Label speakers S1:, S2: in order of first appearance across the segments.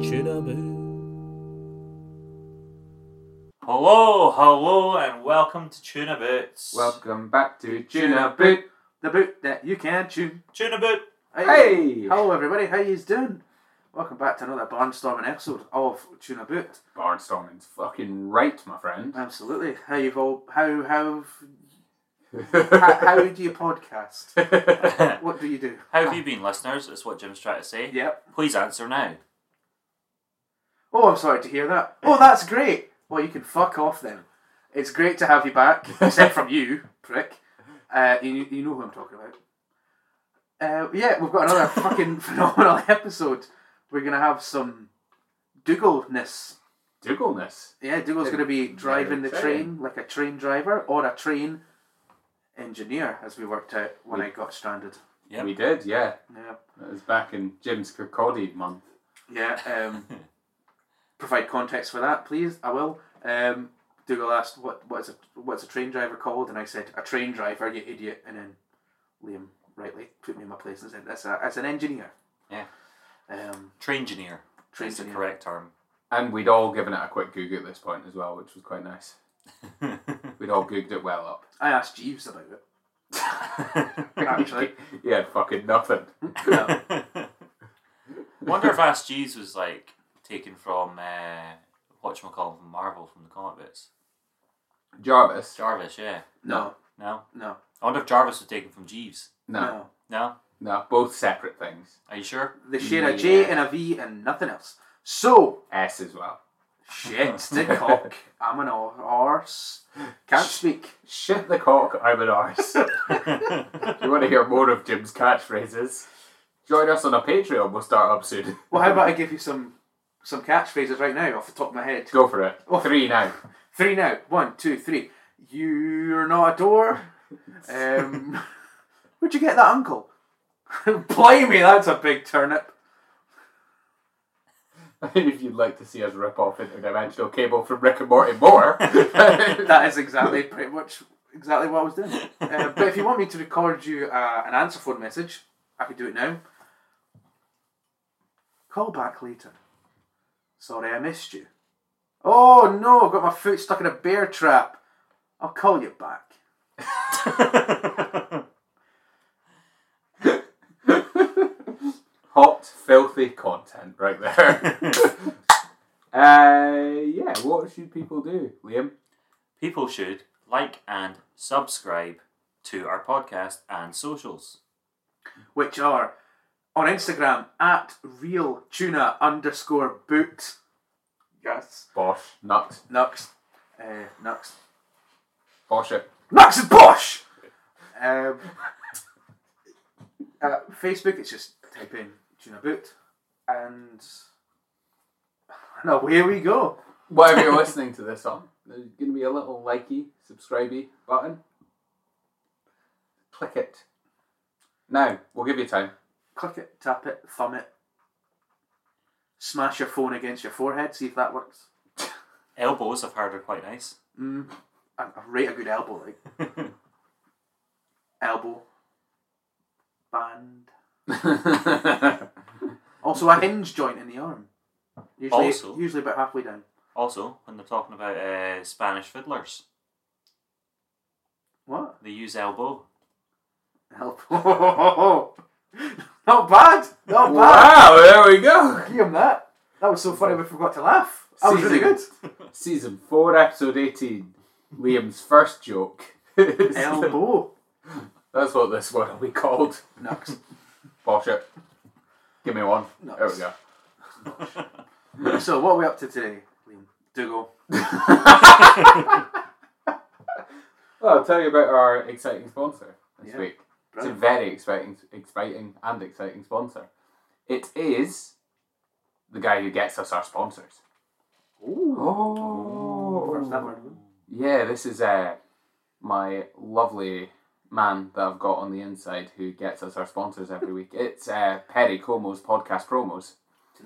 S1: Tunaboo.
S2: Hello, hello, and welcome to Tuna Boots.
S3: Welcome back to Tuna Boot, the boot that you can chew.
S2: Tuna Boot.
S3: Hey!
S4: Hello everybody, how yous doing? Welcome back to another barnstorming episode of Tuna Boot.
S3: Barnstorming's fucking right, my friend.
S4: Absolutely. How you've all how how how, how do you podcast?
S3: How
S2: How
S4: What do you do?
S2: have you been, listeners? Is what Jim's trying to say.
S4: Yep.
S2: Please answer now.
S4: Oh, I'm sorry to hear that. Oh, that's great. Well, you can fuck off then. It's great to have you back, except from you, prick. Uh, you, you know who I'm talking about. Uh, yeah, we've got another fucking phenomenal episode. We're gonna have some Dougalness
S3: Dougalness.
S4: Yeah, Dougal's going to be driving the
S3: Very
S4: train like a train driver or a train engineer, as we worked out when I got stranded.
S2: Yep.
S3: We did, yeah.
S4: Yeah,
S3: That was back in Jim's Kirkcaldy month.
S4: yeah. Um, provide context for that, please. I will. Um, Dougal asked, "What what is a what's a train driver called?" And I said, "A train driver, you idiot." And then Liam rightly put me in my place and said, "That's a that's an engineer."
S2: Yeah.
S4: Um,
S2: Train engineer.
S4: Train
S2: That's the
S4: engineer.
S2: correct term.
S3: And we'd all given it a quick Google at this point as well, which was quite nice. We'd all Googled it well up.
S4: I asked Jeeves about it. Actually.
S3: yeah, fucking nothing.
S2: Wonder if Ask Jeeves was like taken from uh, whatchamacallit from Marvel from the comic books.
S3: Jarvis?
S2: Jarvis, yeah.
S4: No,
S2: No.
S4: no,
S2: I wonder if Jarvis was taken from Jeeves.
S4: no.
S3: no,
S2: No.
S3: no, both separate things.
S2: Are you sure?
S4: They share a J
S3: Yeah.
S4: and a V and nothing else. So.
S3: S as well.
S4: Shit, the cock. I'm an horse. Can't speak.
S3: Shit the cock, I'm an arse. If you want to hear more of Jim's catchphrases, join us on a Patreon. We'll start up soon.
S4: Well, how about I give you some some catchphrases right now off the top of my head?
S3: Go for it. Three now.
S4: Three now. One, two, three. You're not a door. Um, where'd you get that uncle? Blimey, that's a big turnip.
S3: if you'd like to see us rip off interdimensional cable from Rick and Morty more,
S4: That is exactly pretty much exactly what I was doing. Uh, but if you want me to record you uh, an answer phone message, I could do it now. Call back later. Sorry, I missed you. Oh no, I've got my foot stuck in a bear trap. I'll call you back.
S3: hot, filthy content right there. uh, yeah, what should people do, Liam?
S2: People should like and subscribe to our podcast and socials.
S4: Which are on Instagram at real tuna underscore boot. Yes.
S3: Bosh, nut,
S4: Nux. Uh, Nux.
S3: bosh it.
S4: Max and Bosch. Um, uh, Facebook, it's just type in Tuna Boot, and and away we go.
S3: Whatever you're listening to this on, there's going to be a little likey, subscribey button. Click it. Now, we'll give you time.
S4: Click it, tap it, thumb it, smash your phone against your forehead, see if that works.
S2: Elbows, I've heard, are quite nice.
S4: I, I rate a good elbow, like elbow band. Also, a hinge joint in the arm. Usually,
S2: Also-
S4: usually about halfway down.
S2: Also, when they're talking about uh, Spanish fiddlers,
S4: What
S2: they use elbow.
S4: elbow? not bad. Not bad.
S3: wow, there we go.
S4: Give him that. That was so funny we forgot to laugh. That was really good.
S3: Season- Season 4, episode 18. Liam's first joke. That's
S4: Elbow.
S3: what this one will be called.
S4: Nux.
S3: Bosh it. Give me one. There we
S4: Nice.
S3: go.
S4: So what are we up to today, Liam? Dougal.
S3: Well, I'll tell you about our exciting sponsor this
S4: Yeah.
S3: week. It's a
S4: Brilliant.
S3: very exciting, exciting and exciting sponsor. It is the guy who gets us our sponsors. Oh.
S4: First that word.
S3: Yeah, this is uh, my lovely man that I've got on the inside who gets us our sponsors every week. It's uh, Perry Como's podcast promos,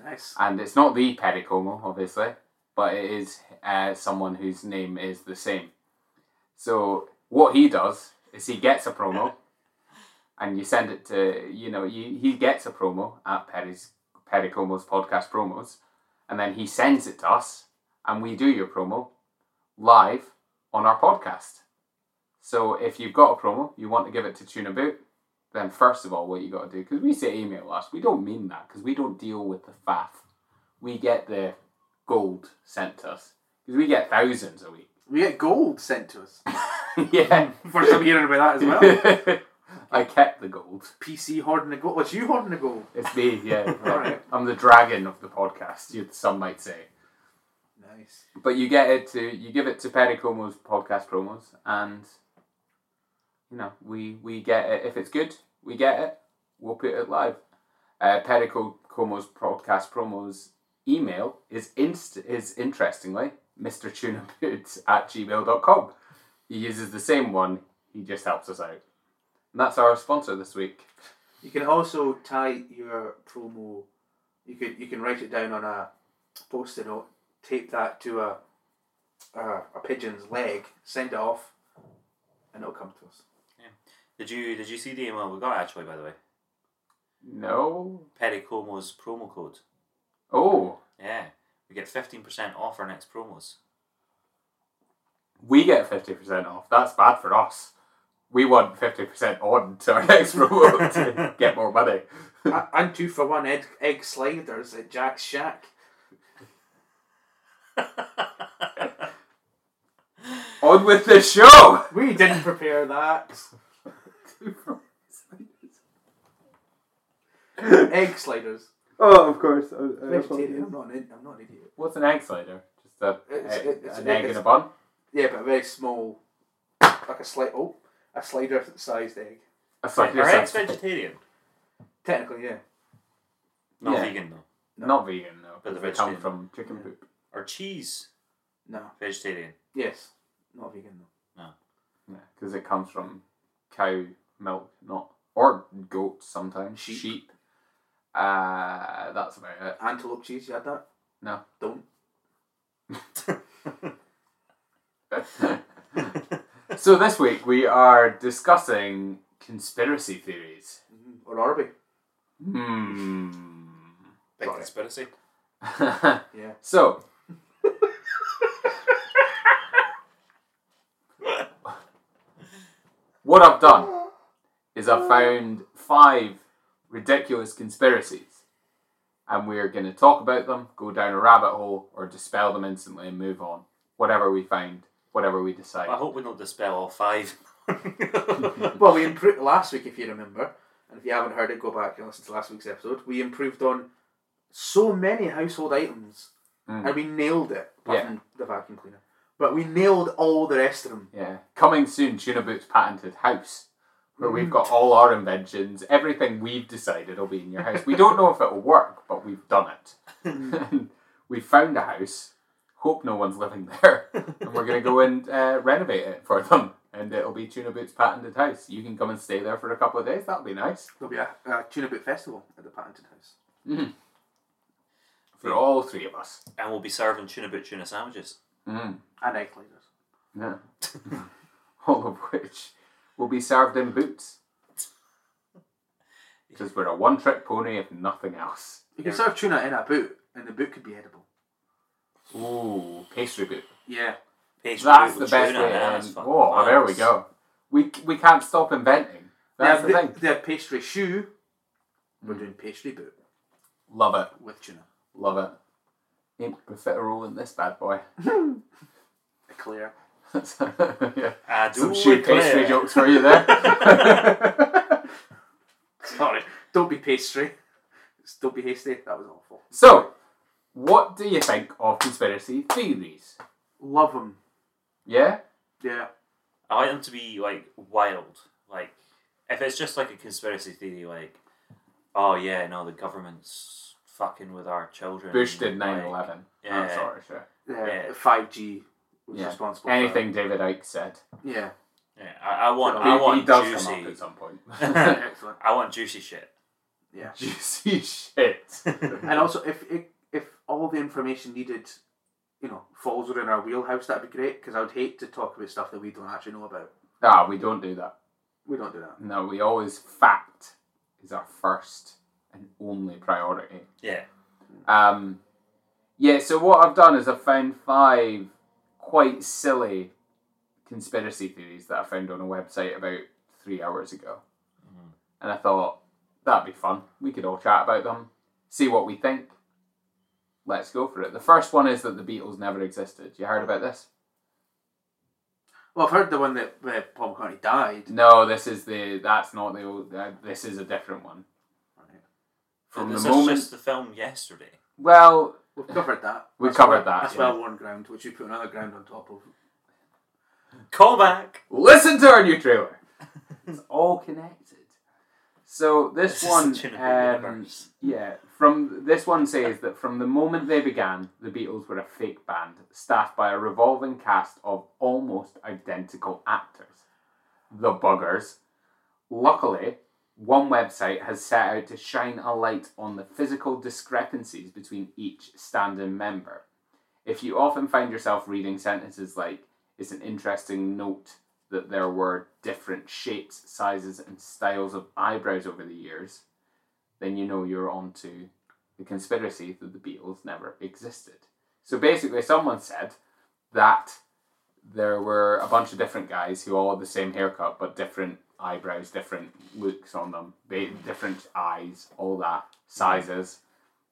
S4: Nice.
S3: and it's not the Perry Como, obviously, but it is uh, someone whose name is the same. So what he does is he gets a promo, and you send it to you know you, he gets a promo at Perry's Perry Como's podcast promos, and then he sends it to us, and we do your promo live on our podcast. So if you've got a promo, you want to give it to Tuna Boot, then first of all, what you got to do, because we say email us, we don't mean that, because we don't deal with the faff. We get the gold sent to us, because we get thousands a week.
S4: We get gold sent to us.
S3: yeah.
S4: First time hearing about that as Hmm. well.
S3: I kept the gold.
S4: PC hoarding the gold. What's you hoarding the gold?
S3: It's me, yeah.
S4: Alright.
S3: I'm the dragon of the podcast, you- some might say.
S4: Nice.
S3: But you get it to you give it to Perry Como's podcast promos, and you know we we get it if it's good, we get it. We'll put it live. Uh, Perry Co- Como's podcast promos email is inst is interestingly Mr. Tuna Boots at gmail.com. He uses the same one. He just helps us out, and that's our sponsor this week.
S4: You can also tie your promo. You can you can write it down on a post-it note, tape that to a a, a pigeon's leg, send it off, and it'll come to us.
S2: Did you did you see the email we got actually by the way?
S3: No.
S2: Perry Como's promo code.
S3: Oh,
S2: Yeah. We get fifteen percent off our next promos.
S3: we get 50% off. That's bad for us. We want 50% on to our next promo to get more money.
S4: A- and two for one egg, egg sliders at Jack's Shack.
S3: On with the show!
S4: We didn't prepare that. egg sliders.
S3: Oh, of course.
S4: Vegetarian. I'm not an, id- I'm not an idiot.
S3: What's an egg slider? Just a,
S4: It's-
S3: a-
S4: it's-
S3: an egg in
S4: it's-
S3: a bun?
S4: Yeah, but a very small, like a slight oh, a slider-sized egg.
S3: A
S2: Are
S3: slider
S2: eggs
S3: sounds-
S2: vegetarian?
S4: Technically, yeah.
S2: Not
S3: Yeah.
S2: vegan though.
S3: Not vegan, though.
S2: But
S3: But
S2: the
S3: they come
S2: vegetarian.
S3: from chicken poop.
S2: Or cheese
S4: No.
S2: vegetarian.
S4: Yes. Not vegan though.
S3: Yeah, because it comes from cow milk, not. Or goat sometimes.
S4: Sheep.
S3: Sheep. Uh, that's about it.
S4: Antelope cheese. You had that?
S3: No.
S4: Don't.
S3: so this week we are discussing conspiracy theories.
S4: Mm-hmm. Or Orby.
S3: Hmm.
S2: Big
S4: Right.
S2: conspiracy.
S4: Yeah.
S3: so. what I've done is I've found five ridiculous conspiracies, and we're going to talk about them, go down a rabbit hole, or dispel them instantly and move on. Whatever we find, whatever we decide.
S2: I hope we don't dispel all five.
S4: Well, we improved last week, if you remember, and if you haven't heard it, go back and listen to last week's episode. We improved on so many household items,
S3: Mm.
S4: and we nailed it. Apart
S3: Yeah.
S4: from the vacuum cleaner, but we nailed all the rest of them.
S3: Yeah. Coming soon, Tuna Boot's patented house, where we've got all our inventions, everything we've decided will be in your house. We don't know if it'll work, but we've done it. we found a house, hope no one's living there, and we're going to go and uh, renovate it for them. And it'll be Tuna Boot's patented house. You can come and stay there for a couple of days. That'll be nice.
S4: There'll be a, a tuna bit festival at the patented house.
S3: For all three of us.
S2: and we'll be serving tuna boot tuna sandwiches.
S3: Mm.
S4: And egg sliders.
S3: Yeah. all of which will be served in boots. Because we're a one trick pony, if nothing else.
S4: You can serve tuna in a boot, and the boot could be edible.
S3: Ooh, pastry boot.
S4: Yeah.
S2: Pastry
S3: That's
S2: boot
S3: the
S2: with
S3: best
S2: tuna,
S3: way.
S2: yeah,
S3: to
S2: that's
S3: end.
S2: fucking
S3: Oh, there we
S2: class.
S3: go. We we can't stop inventing.
S4: They
S3: That's
S4: have,
S3: the thing. Mm.
S4: the, they have pastry shoe. We're doing pastry boot
S3: Love it.
S4: with tuna.
S3: Love it. Ain't profiterole in this bad boy.
S4: Eclair.
S3: yeah.
S2: I do
S3: Some shoe
S2: declare.
S3: pastry jokes for you there.
S4: Sorry. Don't be pastry. Don't be hasty. That was awful.
S3: so, what do you think of conspiracy theories?
S4: Love them.
S3: Yeah?
S4: Yeah.
S2: I like them to be like wild. Like if it's just like a conspiracy theory, like oh yeah, no, the government's fucking with our children.
S3: Bush did 9
S2: like,
S3: 11.
S2: yeah.
S3: That sort of shit.
S4: Yeah.
S2: Yeah.
S4: uh, Five G was
S3: Yeah.
S4: responsible.
S3: Anything David Ike said.
S4: For, yeah.
S2: Yeah, I, I want,
S4: He-
S2: I
S3: he,
S2: want
S3: he does
S2: juicy.
S3: come up at some point.
S4: Excellent.
S2: I want juicy shit.
S4: Yeah.
S3: Juicy shit.
S4: And also, if if if all the information needed, you know, falls within our wheelhouse, that'd be great. Because I would hate to talk about stuff that we don't actually know about.
S3: Ah, we don't do that.
S4: We don't do that.
S3: No, we always fact is our first and only priority.
S2: Yeah,
S3: Um, Yeah, so what I've done is I've found five quite silly conspiracy theories that I found on a website about three hours ago.
S2: Mhm.
S3: And I thought, that'd be fun. We could all chat about them, see what we think. Let's go for it. The first one is that the Beatles never existed. You heard about this?
S4: Well, I've heard the one that uh, Paul McCartney died.
S3: No, this is the. That's not the old. Uh, this is a different one.
S4: Right.
S3: From
S2: this
S3: the
S2: is
S3: moment.
S2: just the film yesterday.
S3: Well,
S4: We've covered that.
S3: We
S4: That's
S3: covered
S4: well-
S3: that,
S4: That's
S3: yeah.
S4: well worn ground, which you put another ground on top of.
S2: Call back.
S3: listen to our new trailer. it's all connected. So this,
S2: This is
S3: one,
S2: such an
S3: um,
S2: universe.
S3: yeah, from this one says that from the moment they began, the Beatles were a fake band staffed by a revolving cast of almost identical actors, the buggers. Luckily, one website has set out to shine a light on the physical discrepancies between each stand-in member. If you often find yourself reading sentences like it's an interesting note that there were different shapes, sizes, and styles of eyebrows over the years, then you know you're onto the conspiracy that the Beatles never existed. So basically, someone said that there were a bunch of different guys who all had the same haircut, but different eyebrows, different looks on them, ba- different eyes, all that, sizes.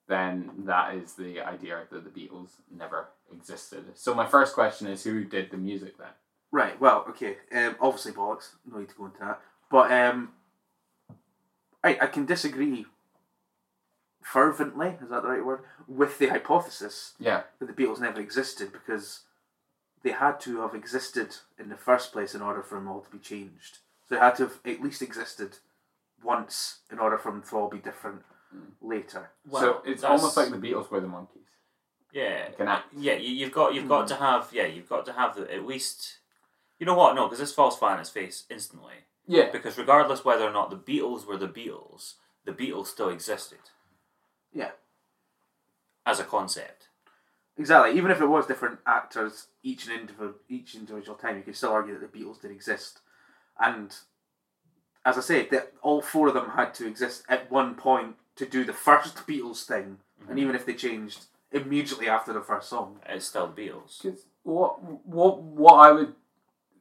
S3: Then that is the idea that the Beatles never existed. So my first question is, who did the music then?
S4: Right. Well, okay. Um, obviously bollocks. No need to go into that. But um, I I can disagree fervently. Is that the right word? With the hypothesis
S3: Yeah,
S4: that the Beatles never existed because they had to have existed in the first place in order for them all to be changed. So they had to have at least existed once in order for them to all be different later.
S3: so it's
S2: that's-
S3: almost like the Beatles were the monkeys.
S2: yeah,
S3: Like an act.
S2: yeah. You, you've got you've
S4: Mm.
S2: got to have yeah. You've got to have the, at least. You know what? No, because this falls flat on its face instantly.
S3: Yeah,
S2: Because regardless whether or not the Beatles were the Beatles, the Beatles still existed
S4: Yeah.
S2: as a concept.
S4: Exactly. Even if it was different actors each and individual each individual time, you could still argue that the Beatles did exist, and as I say, that all four of them had to exist at one point to do the first Beatles thing,
S3: Mm-hmm.
S4: and even if they changed immediately after the first song,
S2: It's still the Beatles.
S3: Because what what what I would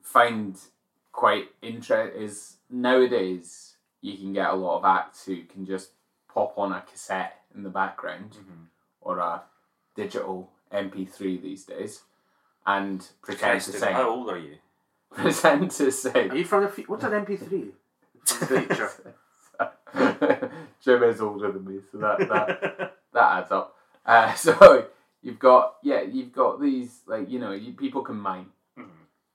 S3: find quite interesting is nowadays you can get a lot of acts who can just pop on a cassette in the background or a digital MP3 these days and pretend
S2: Christ,
S3: to
S2: dude, how
S3: sing.
S2: old are you?
S4: Oh,
S3: Pretend to
S4: are
S3: sing.
S4: you from the fe- what's an MP three? From the future.
S3: Jim is older than me, so that, that that adds up. Uh, so you've got yeah, you've got these like you know you, people can mime.
S2: Mhm.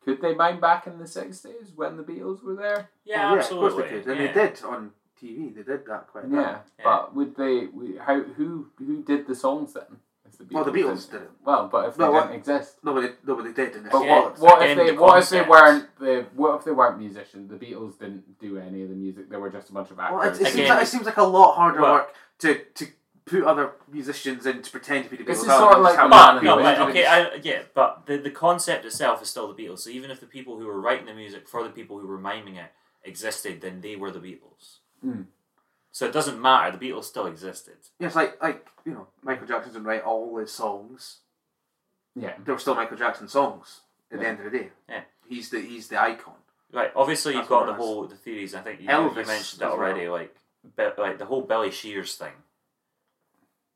S3: Could they mime back in the sixties when the Beatles were there?
S2: yeah, absolutely.
S4: Of course they could, and
S2: yeah.
S4: they did on TV. They did that quite. a bit.
S3: Yeah, but would they? we- How who who did the songs then? If the
S4: Well, the Beatles
S3: didn't-
S4: did it.
S3: Well, but if they
S4: No,
S3: didn't
S4: what-
S3: exist.
S4: No, but they, no, but they did. And
S3: But
S2: Yeah,
S3: what,
S2: it's
S3: what if
S2: again
S3: they
S2: the
S3: what if they
S2: concept.
S3: weren't the what if they weren't musicians? The Beatles didn't do any of the music. They were just a bunch of
S4: Well, it,
S3: actors.
S4: it, seems
S2: Again,
S4: like, it seems like a lot harder
S2: well-
S4: work to, to put other musicians in to pretend to be the Beatles.
S3: This is
S4: rather
S3: sort of
S4: than just
S3: like
S4: have
S3: the Man
S4: a
S2: But no,
S3: in the
S4: band with
S2: but,
S3: Middle.
S4: instruments.
S2: okay, I, yeah, but the, the concept itself is still the Beatles. So even if the people who were writing the music for the people who were miming it existed, then they were the Beatles.
S3: Mm.
S2: So it doesn't matter. The Beatles still existed.
S4: Yeah, it's like like you know Michael Jackson didn't write all his songs.
S3: yeah,
S4: They were still Michael Jackson songs at the
S3: Yeah.
S4: end of the day.
S2: Yeah.
S4: he's the he's the icon.
S2: Right. Obviously,
S4: That's
S2: you've got
S4: what
S2: the
S4: it is.
S2: whole the theories. I think you, you
S4: Elvis
S2: mentioned that
S4: as well.
S2: already. Like, be, like the whole Billy Shears thing.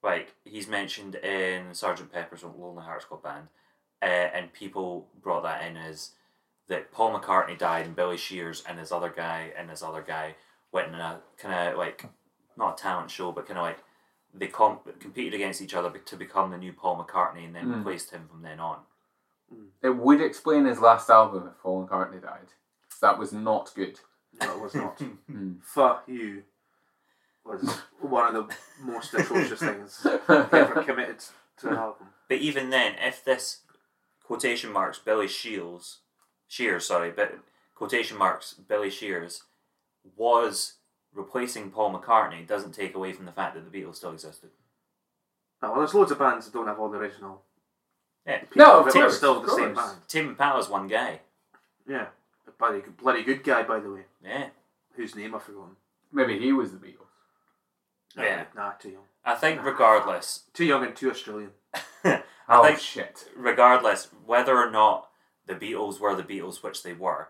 S2: Like he's mentioned in Sergeant Pepper's Lonely Hearts Club Band, uh, and people brought that in as that Paul McCartney died and Billy Shears and this other guy and this other guy went in a kind of like not a talent show but kind of like they comp- competed against each other be- to become the new Paul McCartney and then
S4: Hmm.
S3: Mm.
S2: replaced him from then on.
S3: it would explain his last album if Paul McCartney died. That was not good.
S4: No, it was not.
S3: Hmm.
S4: Fuck you was one of the most atrocious things ever committed to an album.
S2: But even then, if this quotation marks Billy Shields, Shears, sorry, but quotation marks Billy Shears was replacing Paul McCartney, doesn't take away from the fact that the Beatles still existed.
S4: No, well, there's loads of bands that don't have all the original.
S2: Yeah.
S4: people,
S3: No, of
S4: but they're
S3: course,
S4: still
S3: of
S4: the same
S3: course.
S4: band.
S2: Tim Impala's one guy.
S4: Yeah, a bloody good, bloody good guy, by the way,
S2: Yeah.
S4: whose name I've forgotten.
S3: Maybe he was the Beatles.
S4: No,
S2: Yeah.
S4: nah, too young,
S2: I think regardless,
S4: too young and too Australian.
S2: I
S3: Oh
S2: think
S3: shit!
S2: regardless whether or not the Beatles were the Beatles, which they were,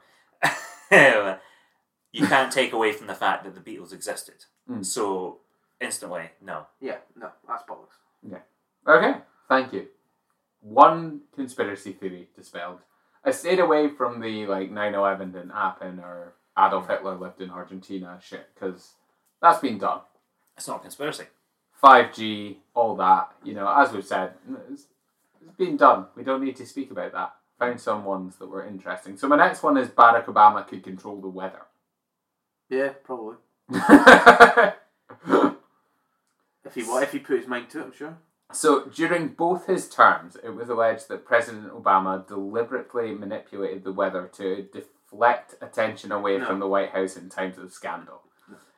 S2: you can't take away from the fact that the Beatles existed.
S3: Mm.
S2: So instantly, no.
S4: Yeah, no, that's bollocks.
S3: Okay, thank you. One conspiracy theory dispelled. I stayed away from the like 9/11 didn't happen or Adolf Hitler lived in Argentina shit because that's been done.
S2: It's not a conspiracy.
S3: 5G, all that. You know, as we've said, it's, it's been done. We don't need to speak about that. Found some ones that were interesting. So my next one is Barack Obama could control the weather.
S4: Yeah, probably. If he wa- if he put his mind to it, I'm sure.
S3: so during both his terms, it was alleged that President Obama deliberately manipulated the weather to deflect attention away
S4: No.
S3: from the White House in times of scandal.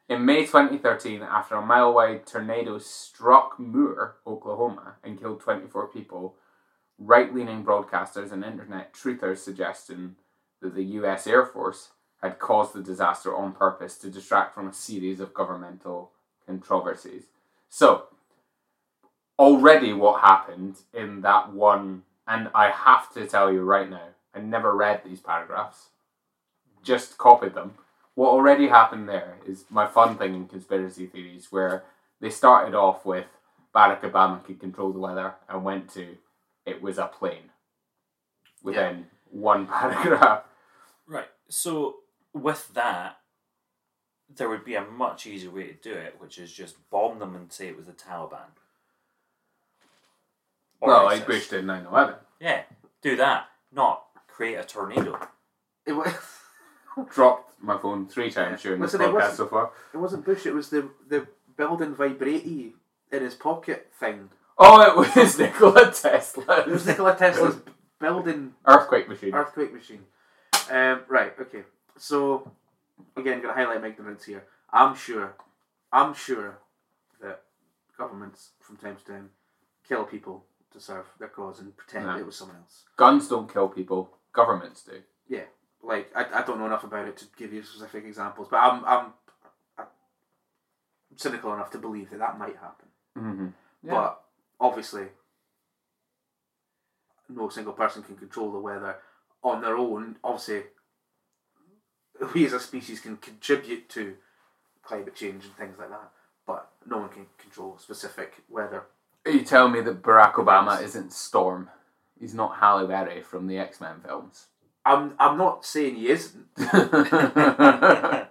S3: In May 2013, after a mile wide tornado struck Moore, Oklahoma, and killed 24 people, right leaning broadcasters and internet truthers suggestion that the US Air Force had caused the disaster on purpose to distract from a series of governmental controversies. So, already what happened in that one, and I have to tell you right now, I never read these paragraphs, just copied them. What already happened there is my fun thing in conspiracy theories where they started off with Barack Obama could control the weather and went to it was a plane within one paragraph.
S2: Right. So with that, there would be a much easier way to do it, which is just bomb them and say it was the Taliban. Or
S3: well, I
S2: ISIS.
S3: pushed in 9 11.
S2: Yeah, do that. Not create a tornado.
S4: It, wa-
S3: Dropped my phone three times during this
S4: Listen, it
S3: podcast
S4: wasn't-
S3: so far.
S4: it wasn't Bush. It was the the building vibratey in his pocket thing.
S3: Oh, it was Nikola Tesla.
S4: It was Nikola Tesla's b- building
S3: Earthquake machine.
S4: earthquake machine. Um, right. Okay. So again, going to highlight my ignorance here. I'm sure. I'm sure that governments from time to time kill people to serve their cause and pretend
S3: Yeah.
S4: it was someone else.
S3: Guns don't kill people, governments do.
S4: like I, I don't know enough about it to give you specific examples, but I'm I'm, I'm cynical enough to believe that that might happen.
S3: Mm-hmm. Yeah.
S4: But obviously, no single person can control the weather on their own. Obviously, we as a species can contribute to climate change and things like that, but no one can control specific weather.
S3: You tell me that Barack Obama isn't Storm. He's not Halle Berry from the X Men films.
S4: I'm I'm not saying he isn't,
S3: okay.
S4: and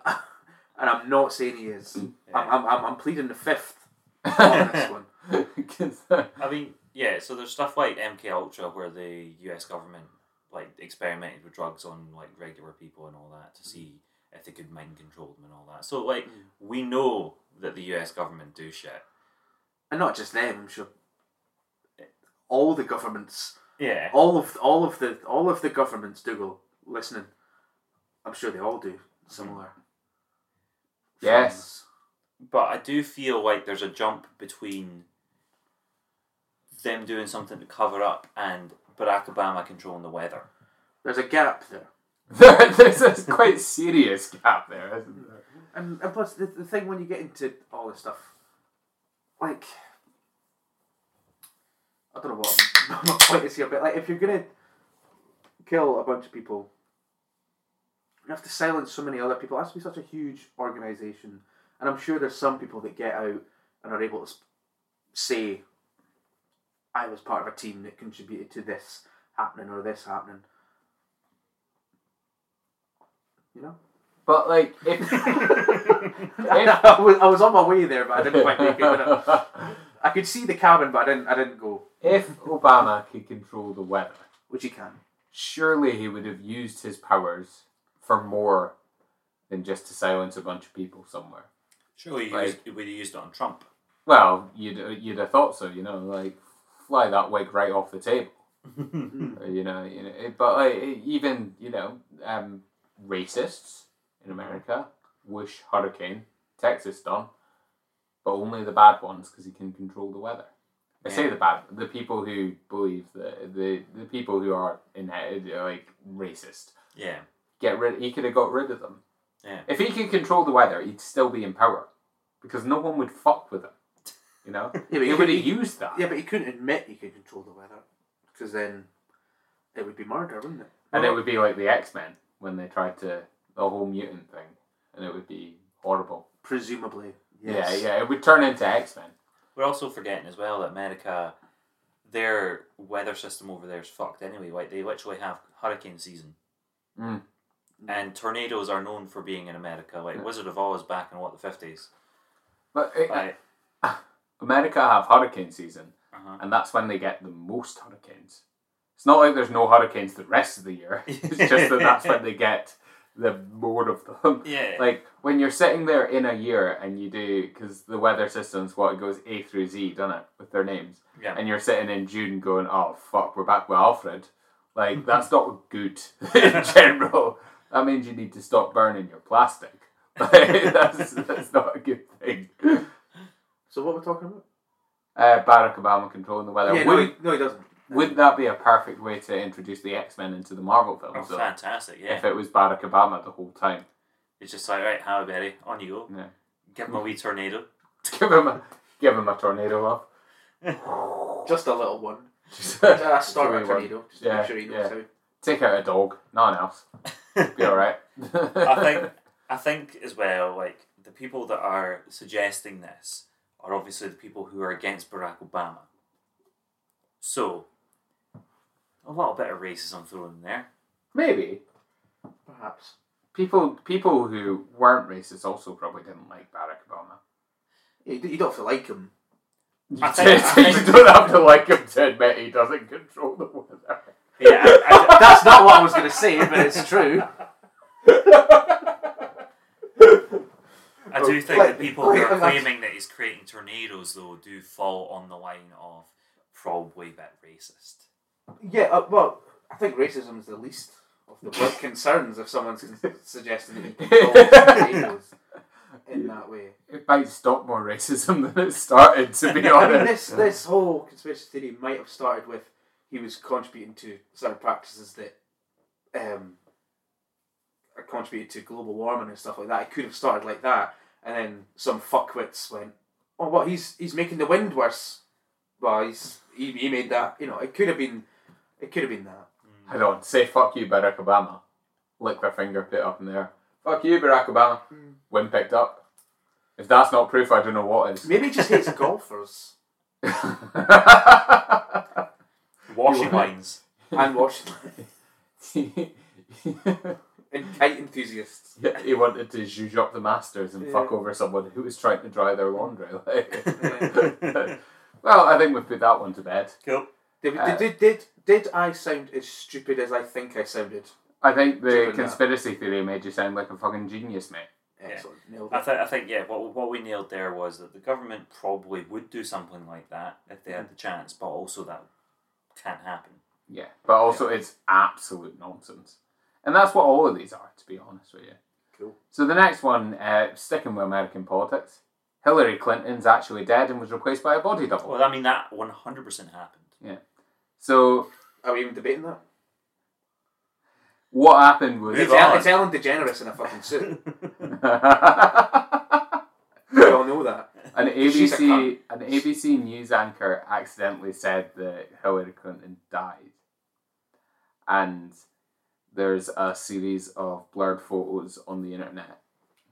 S4: I'm not saying he is. I'm, I'm, I'm I'm pleading the fifth on this one.
S2: I mean, yeah. So there's stuff like MK Ultra where the U.S. government like experimented with drugs on like regular people and all that to see if they could mind control them and all that. So like we know that the U.S. government do shit.
S4: and not just them. I'm sure all the governments,
S2: Yeah.
S4: all of all of the all of the governments, Dougal, listening. I'm sure they all do similar.
S3: Yes.
S2: But I do feel like there's a jump between them doing something to cover up and Barack Obama controlling the weather.
S4: there's a gap there,
S3: there, there's a quite serious gap there, isn't there?
S4: and, and plus the, the thing when you get into all this stuff, like I don't know what I'm, my point is here, but like if you're gonna kill a bunch of people, you have to silence so many other people. It has to be such a huge organization, and I'm sure there's some people that get out and are able to s- say, "I was part of a team that contributed to this happening or this happening." You know,
S3: But, like, if.
S4: I, was, I was on my way there, but I didn't quite make it. did I? I could see the cabin, but I didn't. I didn't go,
S3: if Obama could control the weather,
S4: which he can.
S3: surely he would have used his powers for more than just to silence a bunch of people somewhere.
S2: Surely you
S3: Like-
S2: used, we'd have used it on Trump.
S3: Well, you'd you'd have thought so, you know, like fly that wig right off the table, Uh, you know, you know. it- But like it- even you know, um, racists in America, whoosh hurricane, Texas done, but only the bad ones because he can control the weather. I say
S2: Yeah.
S3: the bad, the people who believe the the, the people who are in are like racist
S2: Yeah.
S3: get rid. He could have got rid of them.
S2: Yeah.
S3: If he could control the weather, he'd still be in power, because no one would fuck with him. You know,
S4: Yeah, but
S3: he
S4: you
S3: would
S4: could,
S3: have
S4: he,
S3: used that.
S4: yeah, but he couldn't admit he could control the weather because then it would be murder, wouldn't it?
S3: And it would be like the X Men when they tried to the whole mutant thing, and it would be horrible.
S4: Presumably. Yes.
S3: Yeah, yeah, it would turn into X Men.
S2: We're also forgetting as well that America, their weather system over there is fucked anyway. Like they literally have hurricane season,
S3: Mm.
S2: and tornadoes are known for being in America. Like Wizard of Oz back in what the fifties.
S3: But it,
S2: Like
S3: America have hurricane season,
S2: Uh-huh.
S3: and that's when they get the most hurricanes. It's not like there's no hurricanes the rest of the year. It's just that that's when they get the more of them.
S2: yeah,
S3: Like when you're sitting there in a year and you do because the weather system's what it goes A through Z, doesn't it, with their names?
S2: yeah.
S3: And you're sitting in June going, "Oh fuck, we're back with Alfred." Like that's not good in general. That means you need to stop burning your plastic. Like, that's that's not a good thing.
S4: So what we're talking about?
S3: Uh, Barack Obama controlling the weather.
S4: yeah,
S3: would,
S4: no, he, no, he doesn't.
S3: would that be a perfect way to introduce the X Men into the Marvel films?
S2: Oh,
S3: though?
S2: fantastic! Yeah,
S3: If it was Barack Obama the whole time,
S2: it's just like right, Halle Berry, on you go.
S3: Yeah.
S2: Give him a wee tornado.
S3: give him a give him a tornado off.
S4: Just a little one.
S3: Just-
S4: Uh, start with a
S3: Give me one.
S4: tornado. Just to
S3: Yeah,
S4: make sure he knows
S3: yeah.
S4: how.
S3: Take out a dog, no one else. Be all right.
S2: I think I think as well, like the people that are suggesting this are obviously the people who are against Barack Obama. So a little bit of racism thrown in there.
S3: maybe
S4: Perhaps.
S3: people people who weren't racist also probably didn't like Barack Obama.
S4: Yeah, you d- you don't have to like him.
S3: You,
S2: I think- I
S3: you
S2: think-
S3: don't have to like him to admit he doesn't control the weather.
S2: Yeah, I,
S4: That's not what I was going to say, but it's true.
S2: I, I do think
S4: Like-
S2: the people who are
S4: like- like-
S2: claiming that he's creating tornadoes though do fall on the line of probably a bit racist.
S4: Yeah, uh, well, I think racism is the least of the worst concerns if someone's con- suggesting that he controls potatoes in that way.
S3: It might stop more racism than it started. To be
S4: I mean,
S3: honest,
S4: this this whole conspiracy theory might have started with he was contributing to certain practices that um, are contributed to global warming and stuff like that. It could have started like that, and then some fuckwits went, "Oh, well, he's he's making the wind worse." Well, he's he, he made that. You know, it could have been, it could have been that.
S3: Head on, say fuck you, Barack Obama. Lick their finger, put it up in the air. Fuck you, Barack Obama.
S2: Hmm.
S3: Win picked up. If that's not proof, I don't know what is.
S4: Maybe he just hates golfers
S2: Washing
S3: were-
S2: lines.
S4: and Washington and kite enthusiasts.
S3: Yeah, he wanted to zhuzh up the masters and fuck over someone who was trying to dry their laundry. Like. well, I think we've put that one to bed.
S2: Cool.
S4: Did,
S3: Uh,
S4: did, did, did, did I sound as stupid as I think I sounded?
S3: I think
S4: Good
S3: the
S4: enough.
S3: conspiracy theory made you sound like a fucking genius, mate.
S4: Excellent. Nailed
S2: I,
S4: it.
S2: th- I think yeah. What what we nailed there was that the government probably would do something like that if they had the chance, but also that can't happen.
S3: Yeah, but also it's absolute nonsense, and that's what all of these are, to be honest with you.
S4: Cool.
S3: So the next one, uh, sticking with American politics, Hillary Clinton's actually dead and was replaced by a body double.
S2: Well, I mean that one hundred percent happened.
S3: So
S4: Are we even debating that?
S3: what happened was
S2: Move
S4: It's, El-
S2: on.
S4: it's Ellen DeGeneres in a fucking suit. we
S3: an
S4: all know that. She's a
S3: ABC
S4: cunt.
S3: an ABC news anchor accidentally said that Hillary Clinton died, and there's a series of blurred photos on the internet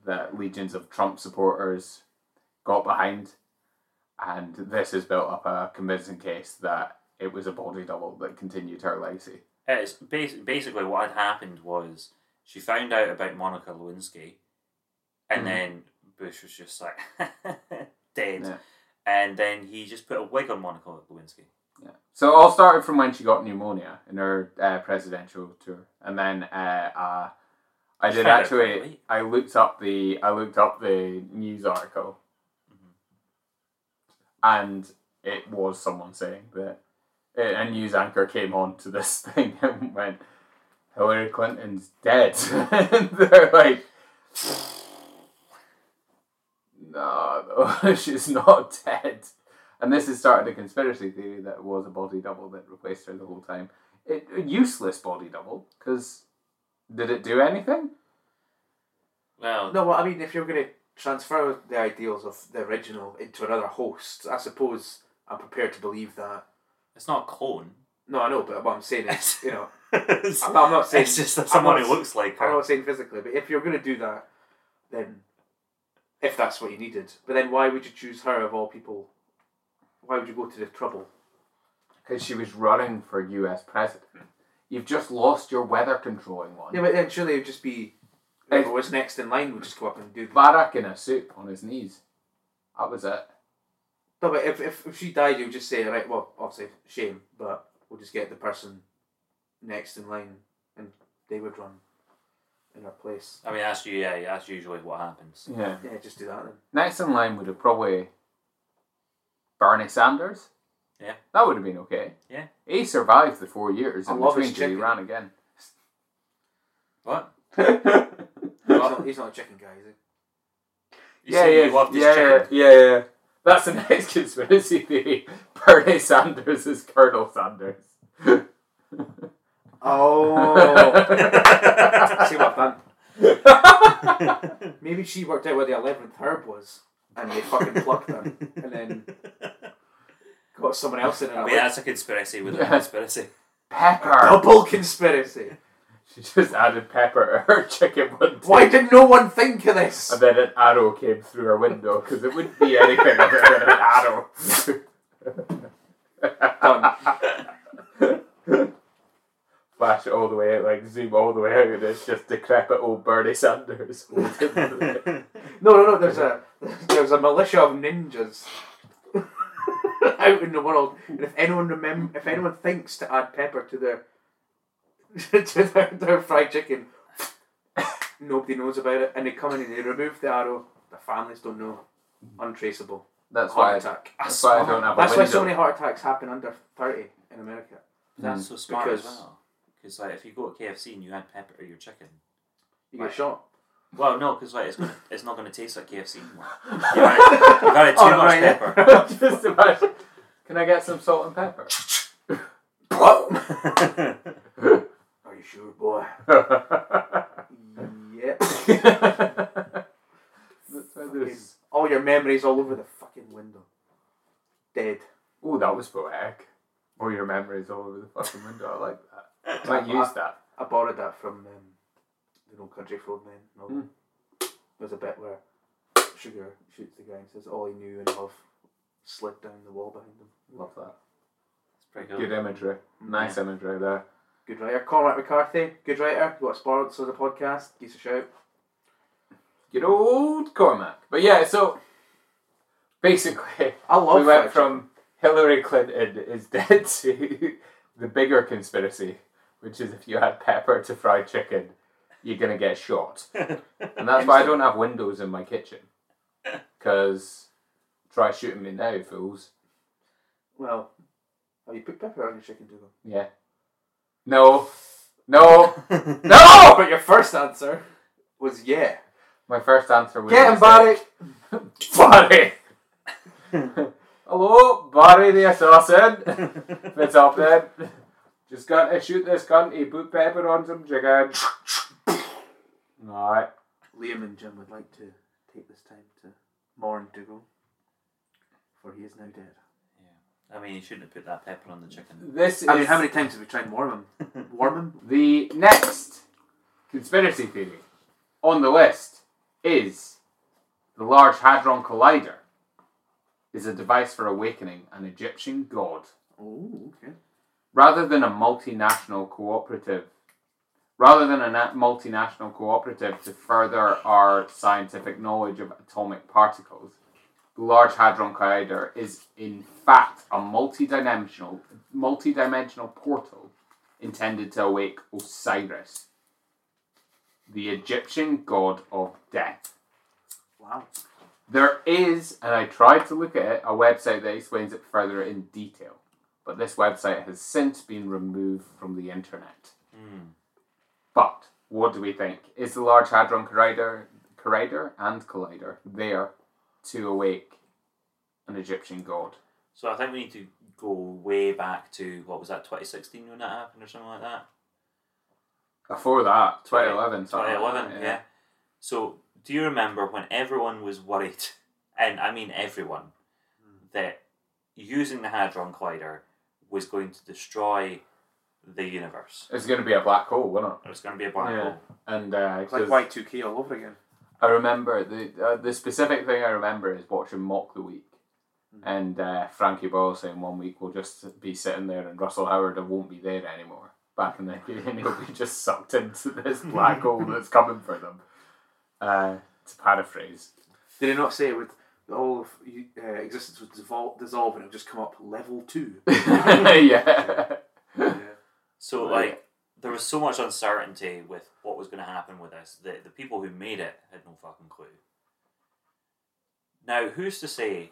S3: that legions of Trump supporters got behind, and this has built up a convincing case that it was a body double that continued her legacy.
S2: It's bas- basically what had happened was she found out about Monica Lewinsky, and
S4: Mm-hmm.
S3: Mhm.
S2: then Bush was just like dead,
S3: Yeah.
S2: and then he just put a wig on Monica Lewinsky.
S3: Yeah. So it all started from when she got pneumonia in her uh, presidential tour, and then uh, uh, I
S2: You
S3: did
S2: found out quite
S3: actually.
S2: late.
S3: I looked up the I looked up the news article, and it was someone saying that uh, a a news anchor came on to this thing and went, "Hillary Clinton's dead," and they're like. No, no, she's not dead. And this has started a conspiracy theory that it was a body double that replaced her the whole time. It, a useless body double, because did it do anything?
S2: Well,
S4: No, well, I mean, if you're going to transfer the ideals of the original into another host, I suppose I'm prepared to believe that.
S2: It's not a clone.
S4: No, I know, but what I'm saying is, you know,
S2: it's,
S4: I'm, I'm not saying
S2: it's just that
S4: I'm
S2: someone
S4: not-
S2: who looks like
S4: I'm
S2: her.
S4: not saying physically, but if you're going to do that, then if that's what you needed, but then why would you choose her of all people? Why would you go to the trouble?
S3: because she was running for U.S. president. You've just lost your weather controlling one.
S4: Yeah, but then surely it would just be whoever was next in line would just go up and do. That.
S3: Barak in a suit on his knees. That was it.
S4: No, but if, if, if she died, you would just say, right, well, obviously, shame, but we'll just get the person next in line and they would run in her place.
S2: I mean, that's you. Yeah, that's usually what happens.
S3: Yeah.
S4: Yeah, just do that then.
S3: Next in line would have probably Bernie Sanders.
S2: Yeah.
S3: That would have been okay.
S2: Yeah.
S3: He survived the four years
S4: I
S3: in
S4: love his
S3: between till he
S4: chicken.
S3: ran again.
S2: What?
S4: He's not, he's not a chicken guy, is he?
S2: You say you love this chicken.
S3: yeah, yeah. That's the next conspiracy theory. Bernie Sanders is Colonel Sanders.
S4: Oh, see what I've done. Maybe she worked out where the eleventh herb was, and they fucking plucked her, and then got someone else in it.
S2: I mean, that's a conspiracy within a
S3: Yeah.
S2: conspiracy.
S3: pepper.
S4: Double conspiracy.
S3: She just added pepper to her chicken one day.
S4: Why did no one think of this?
S3: And then an arrow came through her window because it wouldn't be anything other than an arrow.
S4: Done.
S3: Flash it all the way out, like zoom all the way out, and it's just decrepit old Bernie Sanders. holding-
S4: No, no, no. There's a there's a militia of ninjas out in the world, and if anyone remem- if anyone thinks to add pepper to their to their, their fried chicken, nobody knows about it, and they come in and they remove the arrow. The families don't know. Untraceable.
S3: That's
S4: Heart
S3: why.
S4: attack.
S3: That's why I don't have a
S4: That's why so
S3: window.
S4: many heart attacks happen under thirty in America.
S2: That's so smart as
S4: Because-
S2: well. Because like, if you go to KFC and you add pepper to your chicken,
S4: You get
S2: Right.
S4: shot.
S2: well, no, because like it's gonna, it's not going to taste like KFC anymore. You've added, you've added too
S4: Oh,
S2: much
S4: right, yeah.
S2: pepper.
S3: just imagine. Can I get some salt and pepper?
S4: What? Are you sure, boy? Yep.
S3: That's why there's-
S4: all your memories all over the fucking window. Dead.
S3: Oh, that was poetic. All your memories all over the fucking window. I like that. I might use that.
S4: I borrowed that from um, the No Country for Old Men novel.
S3: Hmm.
S4: There's a bit where Sugar shoots the guy and says all he knew and love slid down the wall behind him.
S3: Love that. Mm.
S2: It's pretty
S3: Good
S2: good.
S3: imagery. Nice imagery there.
S4: Good writer. Cormac McCarthy, good writer. What's borrowed so the podcast? Give us a shout.
S3: Good old Cormac. But yeah, so basically,
S4: I love
S3: we went
S4: fried
S3: from Hillary Clinton is dead to the bigger conspiracy, which is if you add pepper to fried chicken, you're gonna get shot. And that's why I don't have windows in my kitchen. Because try shooting me now, fools.
S4: Well, have you put pepper on your chicken doodle?
S3: Yeah. No. No.
S2: Good.
S3: No!
S4: But your first answer was yeah.
S3: My first answer was.
S4: Get him, Barry!
S3: Barry! Hello, Barry the assassin! What's up then? Just got to shoot this gun, he put pepper on some chicken. Alright.
S4: Liam and Jim would like to take this time to mourn Dougal, for he is now dead.
S2: I mean, you shouldn't have put that pepper on the chicken.
S3: This is
S4: I mean, how many times have we tried warm him? Warm him?
S3: the next conspiracy theory on the list is the Large Hadron Collider is a device for awakening an Egyptian god.
S4: Oh, okay.
S3: rather than a multinational cooperative, rather than a na- multinational cooperative to further our scientific knowledge of atomic particles, the Large Hadron Collider is in fact a multidimensional, multidimensional portal intended to awake Osiris, the Egyptian god of death.
S4: Wow.
S3: There is, and I tried to look at it, a website that explains it further in detail. But this website has since been removed from the internet.
S2: Mm.
S3: But what do we think? Is the Large Hadron Collider, Collider and Collider there to awake an Egyptian god?
S2: So I think we need to go way back to what was that 2016 when that happened or something like that.
S3: Before that, 2011. something like
S2: 2011,
S3: that,
S2: yeah. So do you remember when everyone was worried, and I mean everyone,
S3: Hmm.
S2: that using the Hadron Collider was going to destroy the universe?
S3: It's going to be a black hole, wasn't it?
S2: It was going to be a black
S3: Yeah.
S2: hole.
S3: And uh,
S4: It's like
S3: 'cause
S4: Y2K all over again.
S3: I remember the uh, the specific thing I remember is watching Mock the Week, and uh, Frankie Boyle saying one week we'll just be sitting there and Russell Howard won't be there anymore. Back in the day, and he'll be just sucked into this black hole that's coming for them. Uh, to paraphrase,
S4: Did he not say it would all of you- uh, existence would dissolve, dissolve and it would just come up level two?
S3: yeah.
S4: yeah.
S2: So
S3: Right.
S2: like there was so much uncertainty with what was going to happen with this that the people who made it had no fucking clue. Now, who's to say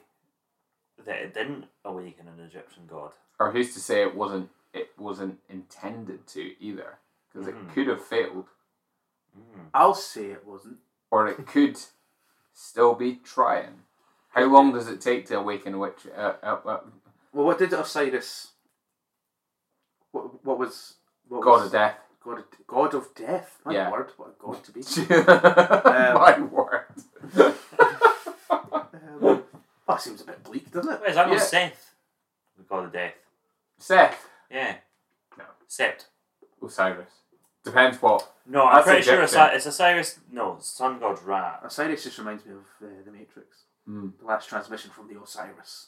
S2: that it didn't awaken an Egyptian god?
S3: Or who's to say it wasn't it wasn't intended to either? Because it could have failed,
S2: Mm.
S4: I'll say it wasn't.
S3: or it could still be trying. How long does it take to awaken a witch? Uh, uh, uh,
S4: Well, what did Osiris? What, what was what
S3: god
S4: was,
S3: of death.
S4: God of, God of death. My
S3: Yeah.
S4: word, what a god to be.
S2: Um,
S3: My word.
S4: Um, well, that seems a bit bleak, doesn't it?
S2: Wait, is that not
S3: Yeah.
S2: Seth? The god of death.
S3: Seth.
S2: Yeah.
S3: No.
S2: Sept.
S3: Osiris. Depends what.
S2: No, I'm
S3: That's
S2: pretty sure
S3: Egyptian.
S2: Osi- it's Osiris. No, sun god Ra.
S4: Osiris just reminds me of uh, the Matrix.
S3: Mm.
S4: The last transmission from the Osiris.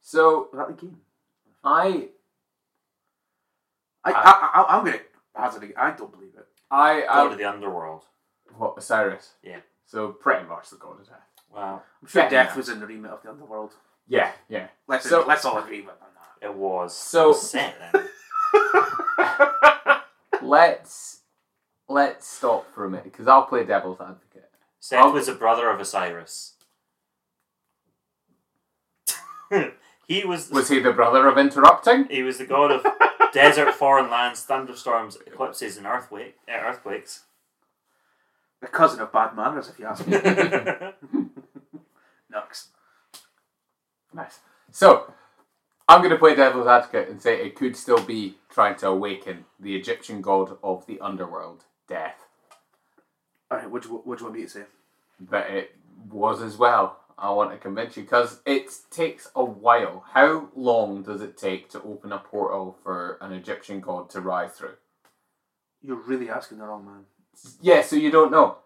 S3: So
S4: Was that the game?
S3: I
S4: I,
S3: Ah.
S4: I, I, I'm gonna hazard. a gu- I don't believe it.
S3: I
S2: God
S3: I
S2: of the underworld.
S3: what Osiris.
S2: Yeah.
S3: So pretty much the god of death.
S2: Wow.
S4: I'm sure
S3: Yeah.
S4: death was in the remit of the underworld.
S3: Yeah, yeah.
S4: Let's
S3: So-
S4: let's all agree with that.
S2: It was.
S3: So-
S2: Set then.
S3: Let's let's stop for a minute because I'll play devil's advocate.
S2: Seth
S3: Um,
S2: was a brother of Osiris. he was the,
S3: Was he the brother of interrupting?
S2: he was the god of desert, foreign lands, thunderstorms, eclipses, and earthquake, uh, earthquakes.
S4: The cousin of bad manners, if you ask me. Nux.
S3: Nice. So, I'm going to play devil's advocate and say it could still be trying to awaken the Egyptian god of the underworld, death,
S4: All right, what do, you- what do you want me to say?
S3: but it was as well. I want to convince you because it takes a while. How long does it take to open a portal for an Egyptian god to rise through?
S4: You're really asking the wrong man.
S3: Yeah, so you don't know.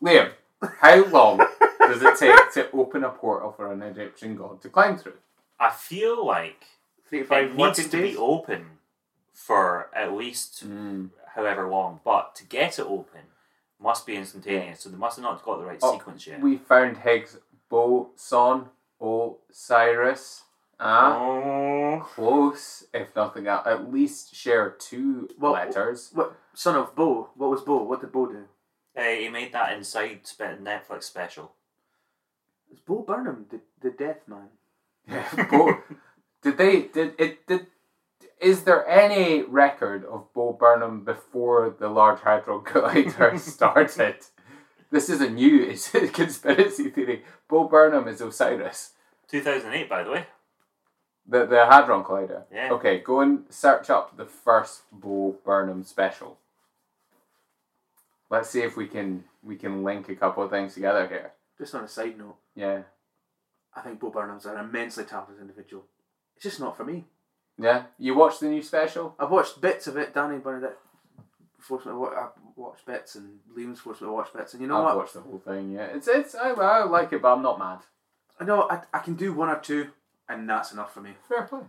S3: Liam, how long does it take to open a portal for an Egyptian god to climb through?
S2: I feel like
S4: Three to
S2: it
S4: five
S2: needs
S4: working
S2: to be
S4: days.
S2: open for at least however long, but to get it open must be instantaneous. So they must have not got the right
S3: Oh,
S2: sequence yet.
S3: We found Higgs boson Osiris. Ah,
S2: oh,
S3: close, if nothing else. At least share two
S4: Well,
S3: letters.
S4: What son of Bo? What was Bo? What did Bo do?
S2: Eh, he made that inside spe- Netflix special.
S4: It's Bo Burnham, the, the death man.
S3: Bo, did they? Did it? Did is there any record of Bo Burnham before the Large Hadron Collider started? This is a new it's a conspiracy theory. Bo Burnham is Osiris,
S2: 2008, by the way.
S3: the the Hadron Collider.
S2: Yeah.
S3: Okay, go and search up the first Bo Burnham special. Let's see if we can we can link a couple of things together here.
S4: Just on a side note,
S3: Yeah.
S4: I think Bo Burnham's an immensely talented individual. It's just not for me.
S3: Yeah. You watched the new special?
S4: I've watched bits of it. Danny Bernadette forced me to watch, I've watched bits, and Liam's forced me to watch bits. And you know
S3: I've
S4: what?
S3: watched the whole thing, yeah. It's it's I, I like it but I'm not mad.
S4: I know I, I can do one or two, and that's enough for me.
S3: Fair play.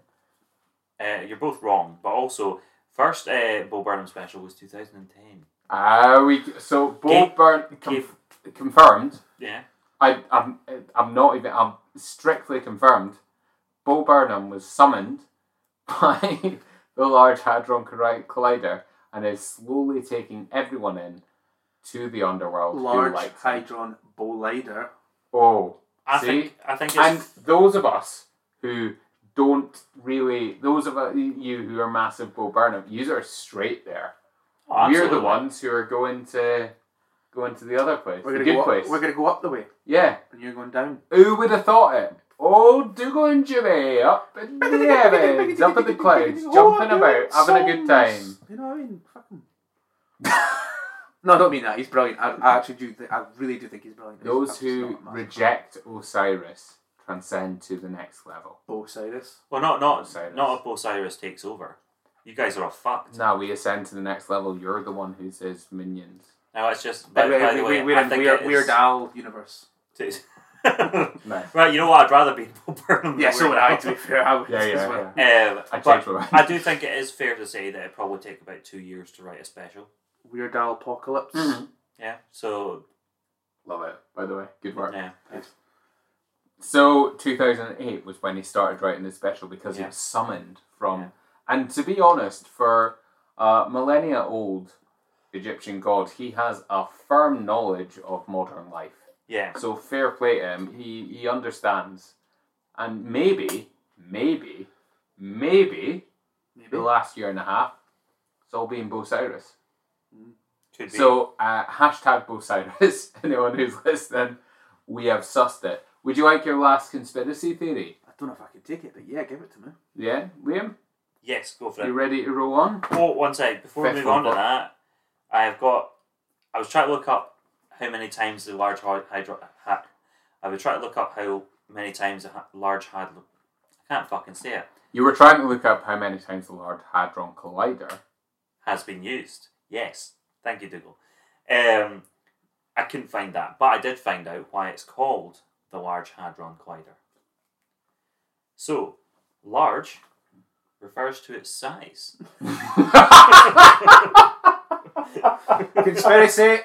S2: Uh, you're both wrong, but also first uh, Bo Burnham special was 2010.
S3: Ah, we so Bo
S2: Gave-
S3: Burn
S2: gave-
S3: confirmed.
S2: Yeah,
S3: I, I'm I'm not even I'm strictly confirmed. Bo Burnham was summoned by the Large Hadron Colli- Collider and is slowly taking everyone in to the underworld. who
S4: Large
S3: likes eh? him.
S4: Hydron Bolider.
S3: Oh,
S2: I
S3: See?
S2: think I think it's,
S3: and those of us who don't really, those of you who are massive Bo Burnham, you are straight there.
S2: Oh, absolutely.
S3: We're the ones who are going to going to the other place,
S4: We're
S3: the
S4: gonna
S3: good
S4: go.
S3: place.
S4: Up, we're gonna go up the way,
S3: Yeah.
S4: and you're going down.
S3: Who would have thought it? Oh, Dougal and Jimmy up in the heavens, up in the
S4: Oh,
S3: clouds, jumping about, having a good time.
S4: You know what I mean? Fucking No, I don't mean that. He's brilliant. I, I actually do. Th- I really do think he's brilliant. He's-
S3: Those
S4: I'm just
S3: who
S4: not a massive
S3: reject Osiris transcend to the next level.
S4: Bo Cyrus.
S2: Well, not not
S3: Osiris.
S2: not if Osiris takes over. You guys are all fucked.
S3: Now we ascend to the next level. You're the one who says minions.
S2: Now it's just. By,
S4: But
S2: by the
S4: we,
S2: way,
S4: we, we're
S2: I
S4: in
S2: think
S4: Weird,
S2: it
S4: Weird Al universe.
S2: is-
S3: No.
S2: right, you know what? I'd rather be in Bo Burnham. than
S4: Yeah,
S2: Weird
S4: so would I.
S2: Al.
S4: To be fair, I would
S3: Yeah, yeah,
S4: as well.
S3: yeah.
S2: Um,
S3: I
S2: but
S3: changed my mind.
S2: I do think it is fair to say that it probably take about two years to write a special.
S4: Weird Al apocalypse.
S2: Yeah. So
S3: Love it, by the way. Good work.
S2: yeah.
S3: So 2008 was when he started writing his special because he
S2: Yeah.
S3: was summoned from.
S2: Yeah.
S3: And to be honest, for a millennia old Egyptian god, he has a firm knowledge of modern life.
S2: Yeah.
S3: So fair play to him. He, he understands. And maybe, maybe, maybe the
S4: Maybe.
S3: last year and a half, it's all being Bosiris.
S2: Could be.
S3: So uh, hashtag Bosiris, anyone who's listening, we have sussed it. Would you like your last conspiracy theory?
S4: I don't know if I could take it, but yeah, give it to me.
S3: Yeah, Liam,
S2: yes, go for it.
S3: you ready to roll on?
S2: Oh, one sec. Before we
S3: Fifth
S2: move on to
S3: one.
S2: that, I have got. I was trying to look up how many times the large hy- hydro. Ha, I was trying to look up how many times the ha- large hadron. I can't fucking say it.
S3: You were trying to look up how many times the Large Hadron Collider.
S2: Has been used. Yes. Thank you, Dougal. Um, I couldn't find that, but I did find out why it's called the Large Hadron Collider. So, large refers to its size.
S4: Conspiracy.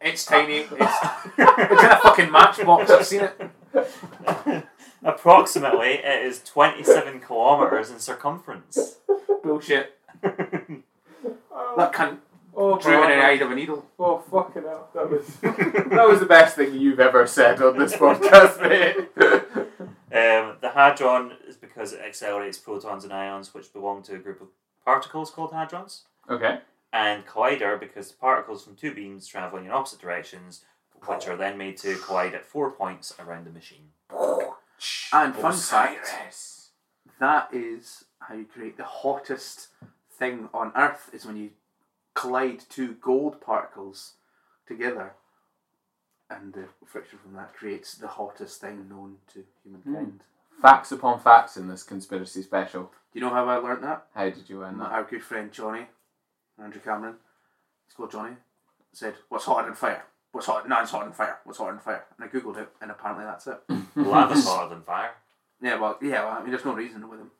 S4: It's tiny. It's, it's in a fucking matchbox. I've seen it.
S2: Approximately, it is 27 kilometres in circumference.
S4: Bullshit.
S3: oh,
S4: That cunt
S3: oh,
S4: drew it in the eye of a needle.
S3: oh, fucking hell. That was, that was the best thing you've ever said on this podcast, mate.
S2: Um, the hadron is because it accelerates protons and ions, which belong to a group of particles called hadrons,
S3: okay.
S2: and collider because the particles from two beams traveling in opposite directions, which are then made to collide at four points around the machine.
S4: And fun fact.
S3: Osiris.
S4: That is how you create the hottest thing on Earth is when you collide two gold particles together, and the friction from that creates the hottest thing known to humankind.
S3: Facts upon facts in this conspiracy special.
S4: Do you know how I learnt that?
S3: How did you win that?
S4: Our good friend Johnny, Andrew Cameron, let's go Johnny, said, "What's hotter than fire? What's hotter? No, it's hotter than fire. What's hotter than fire?" And I googled it, and apparently that's it.
S2: Lava's hotter than fire.
S4: yeah, well, yeah, well, I mean, there's no reason with him.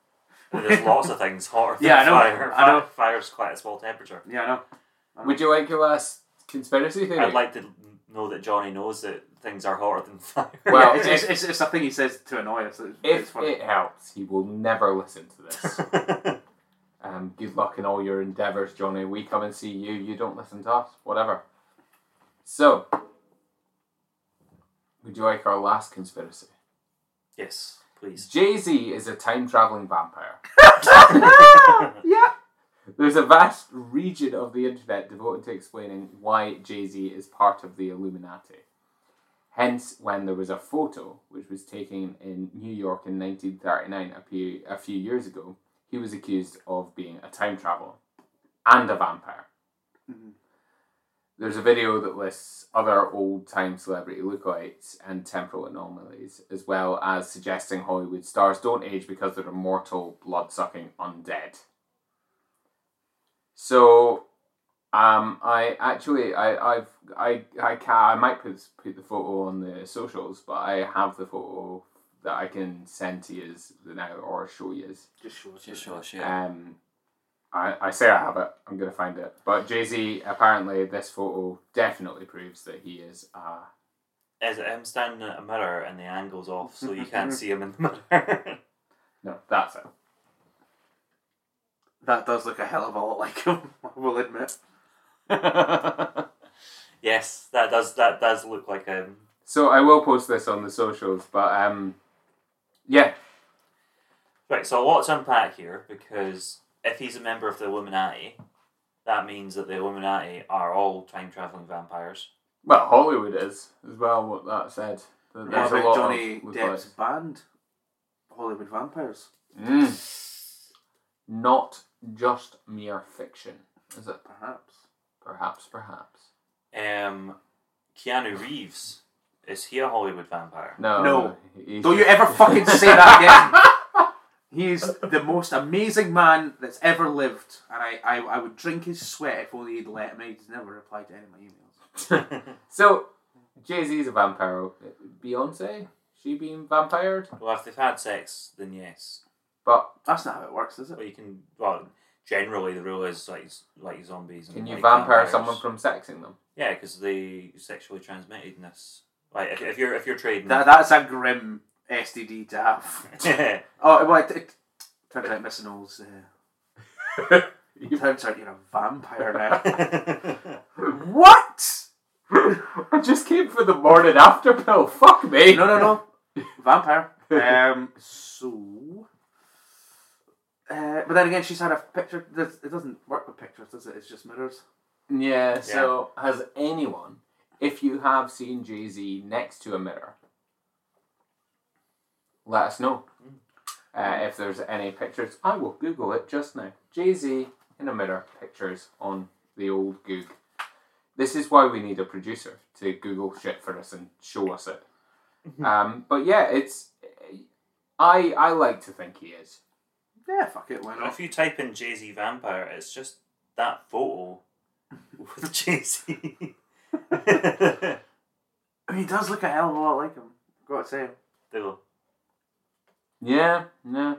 S2: And there's lots of things hotter than
S4: Yeah, I know.
S2: fire.
S4: I know.
S2: Fire- Fire's quite a small temperature.
S4: Yeah, I know.
S3: Would you like your last conspiracy theory?
S2: I'd like to know that Johnny knows that things are hotter than fire.
S3: Well,
S4: yeah, it's,
S3: if-
S4: it's, it's, it's a thing he says to annoy us. It's, it's
S3: if
S4: funny.
S3: it helps, he will never listen to this. Um, good luck in all your endeavours, Johnny. We come and see you. You don't listen to us. Whatever. So, would you like our last conspiracy?
S2: yes, please.
S3: Jay Z is a time traveling vampire.
S4: yeah.
S3: There's a vast region of the internet devoted to explaining why Jay Z is part of the Illuminati. Hence, when there was a photo which was taken in New York in 1939, a few, a few years ago, he was accused of being a time traveler and a vampire.
S4: Mhm.
S3: There's a video that lists other old time celebrity lookalikes and temporal anomalies, as well as suggesting Hollywood stars don't age because they're immortal, blood sucking undead. So, um, I actually, I, I've, I, I can, I might put put the photo on the socials, but I have the photo that I can send to you now or show you.
S4: Just shows.
S2: Just
S4: it.
S2: show us, yeah.
S3: Um, I, I say I have it. I'm gonna find it. But Jay Z, apparently, this photo definitely proves that he is uh, a
S2: Is it him standing at a mirror and the angle's off so you can't see him in the mirror?
S3: no. That's it.
S4: That does look a hell of a lot like him. I will admit.
S2: yes, that does that does look like him.
S3: So I will post this on the socials. But um, yeah,
S2: Right, so a lot to unpack here because if he's a member of the Illuminati, that means that the Illuminati are all time traveling vampires.
S3: well, Hollywood is as well. What that said. That
S4: What
S3: there's a
S4: about
S3: lot
S4: Johnny
S3: of
S4: Depp's
S3: lookalikes.
S4: band, Hollywood Vampires?
S3: Hmm. Mm. Not just mere fiction, is it?
S4: Perhaps.
S3: Perhaps, perhaps.
S2: Um, Keanu Reeves is he a Hollywood vampire?
S3: No.
S4: No.
S3: he's
S4: Don't you
S3: just-
S4: ever fucking say that again. He is the most amazing man that's ever lived, and I, I, I would drink his sweat if only he'd let me. He's never replied to any of my emails.
S3: So, Jay Z's a vampire. Beyonce? She being vampired?
S2: Well, if they've had sex, then yes.
S3: But
S4: That's not how it works, is it?
S2: Well, you can. Well, generally the rule is like like zombies. And
S3: can you
S2: like
S3: vampire
S2: vampires.
S3: someone from sexing them?
S2: Yeah, because the sexually transmittedness. Like if, if you're if you're trading.
S4: That, that's a grim STD to have. Oh, well, it, it turns out Miss Knowles, uh, turns out you're a vampire now. what?
S3: I just came for the morning after pill. Fuck me.
S4: No, no, no. Vampire. Um, so. Uh, but then again, she's had a picture. this- It doesn't work with pictures, does it? It's just mirrors.
S3: Yeah, so has anyone, if you have seen Jay Z next to a mirror, let us know. Uh, if there's any pictures, I will Google it just now. Jay Z in a mirror, pictures on the old Goog. This is why we need a producer to Google shit for us and show us it. Um, but yeah, it's. I I like to think he is.
S4: Yeah, fuck it, why not?
S2: if you type in Jay Z vampire, it's just that photo with Jay Z. there
S4: I mean, he does look a hell of a lot like him. I've got to say.
S2: you go.
S3: Yeah, yeah.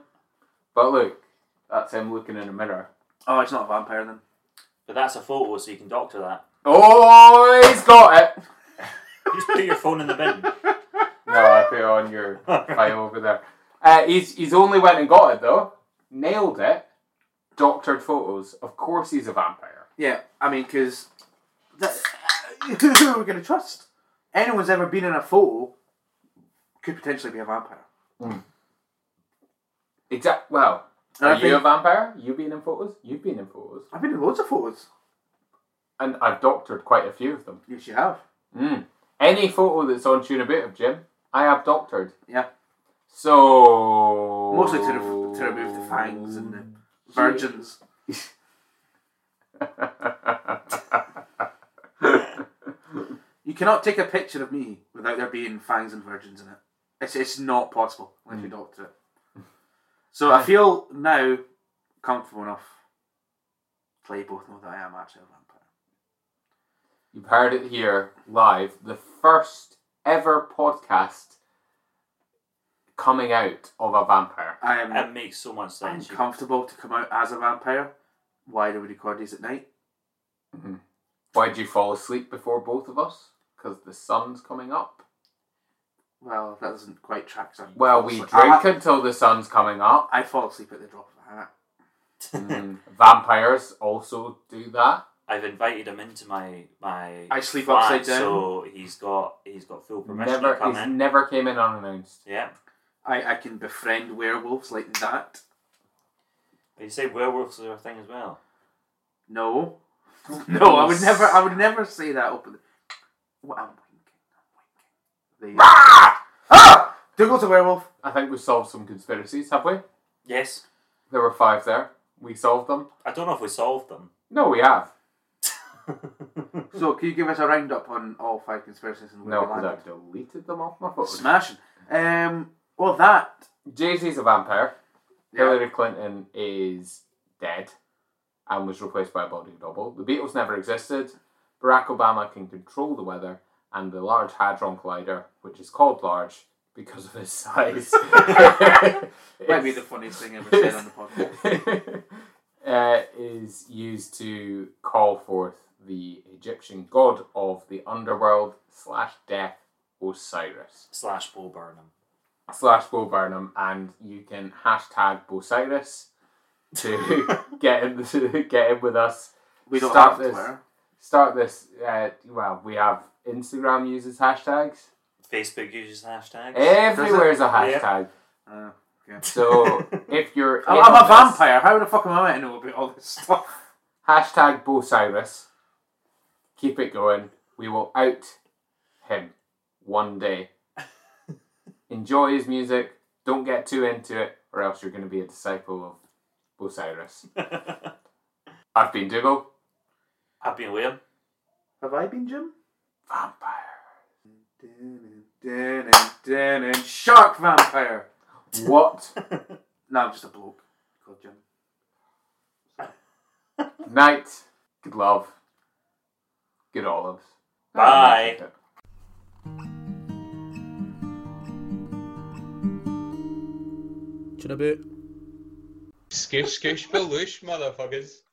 S3: But look, that's him looking in a mirror.
S4: Oh, it's not a vampire then.
S2: But that's a photo, so you can doctor that.
S3: Oh, he's got it.
S2: Just put your phone in the bin.
S3: No, I put it on your file over there. Uh, he's he's only went and got it though. Nailed it. Doctored photos. Of course, he's a vampire.
S4: Yeah, I mean, because. Who are we going to trust? Anyone's ever been in a photo could potentially be a vampire.
S3: Exact. Well,
S4: And
S3: are
S4: I
S3: you a
S4: think,
S3: vampire? You've been in photos. You've been in photos,
S4: I've been in loads of photos.
S3: and I've doctored quite a few of them.
S4: Yes, you have.
S3: Mm. Any photo that's on Tune a Bit of Jim, I have doctored.
S4: Yeah.
S3: So
S4: Mostly to, ref- to remove the fangs and the virgins. You cannot take a picture of me without there being fangs and virgins in it. It's, it's not possible when
S3: Hmm.
S4: you doctor it. So I feel now comfortable enough. Play both know that I am actually a vampire.
S3: You've heard it here live, the first ever podcast coming out of a vampire.
S4: I am
S3: Um,
S2: That makes so much sense. You-
S4: uncomfortable to come out as a vampire. Why do we record these at night?
S2: Mm-hmm.
S3: Why'd you fall asleep before both of us? Because the sun's coming up.
S4: Well, that doesn't quite track. So I
S3: Well,
S4: fall
S3: we
S4: asleep.
S3: drink
S4: I,
S3: until the sun's coming up.
S4: I fall asleep at the drop of a hat.
S3: Mm, Vampires also do that.
S2: I've invited him into my my.
S4: I sleep
S2: flat,
S4: upside down.
S2: so he's got he's got full permission
S3: Never,
S2: to come
S3: he's
S2: in.
S3: never came in unannounced.
S2: Yeah,
S4: I, I can befriend werewolves like that.
S2: but you say werewolves are a thing as well.
S4: No, no, I would never. I would never say that openly. What I'm winking. I'm winking. The,
S3: Ah!
S4: ah, Dougal's a werewolf.
S3: I think we've solved some conspiracies, have we?
S2: Yes,
S3: There were five there. We solved them.
S2: I don't know if we solved them.
S3: No, we have.
S4: So, can you give us a roundup on all five conspiracies and where
S3: No,
S4: we
S3: because
S4: landed?
S3: I've deleted them off my phone.
S4: Smashing. Um. Well, that.
S3: Jay Z's a vampire.
S4: Yeah.
S3: Hillary Clinton is dead and was replaced by a body double. The Beatles never existed. Barack Obama can control the weather, and the Large Hadron Collider, which is called large because of its size,
S4: Might be the funniest thing ever said on the podcast.
S3: uh, is used to call forth the Egyptian god of the underworld slash death, Osiris
S2: Slash Bo Burnham.
S3: slash Bo Burnham, and you can hashtag Bosiris to get in to get in with us.
S4: We don't
S3: Stop
S4: have
S3: this.
S4: Twitter.
S3: Start this. Uh, well, we have Instagram uses hashtags.
S2: Facebook uses hashtags.
S3: Everywhere's a
S2: Yeah.
S3: hashtag.
S4: Uh,
S3: So if you're,
S4: I'm,
S3: in
S4: I'm
S3: on
S4: a
S3: this,
S4: vampire. How the fuck am I meant to know about all this stuff?
S3: Hashtag Bosiris. Keep it going. We will out him one day. Enjoy his music. Don't get too into it, or else you're going to be
S4: Eh.
S3: a disciple of Osiris. I've been Dougal.
S2: I've been Liam.
S4: Have I been Jim?
S3: Vampire.
S4: Dun, dun, dun, dun, dun. Shark vampire.
S3: What?
S4: No, I'm just a bloke called Jim.
S3: Night. Good love. Good olives.
S2: Bye.
S1: Chinaboo.
S5: Skoosh, skoosh, baloosh, motherfuckers.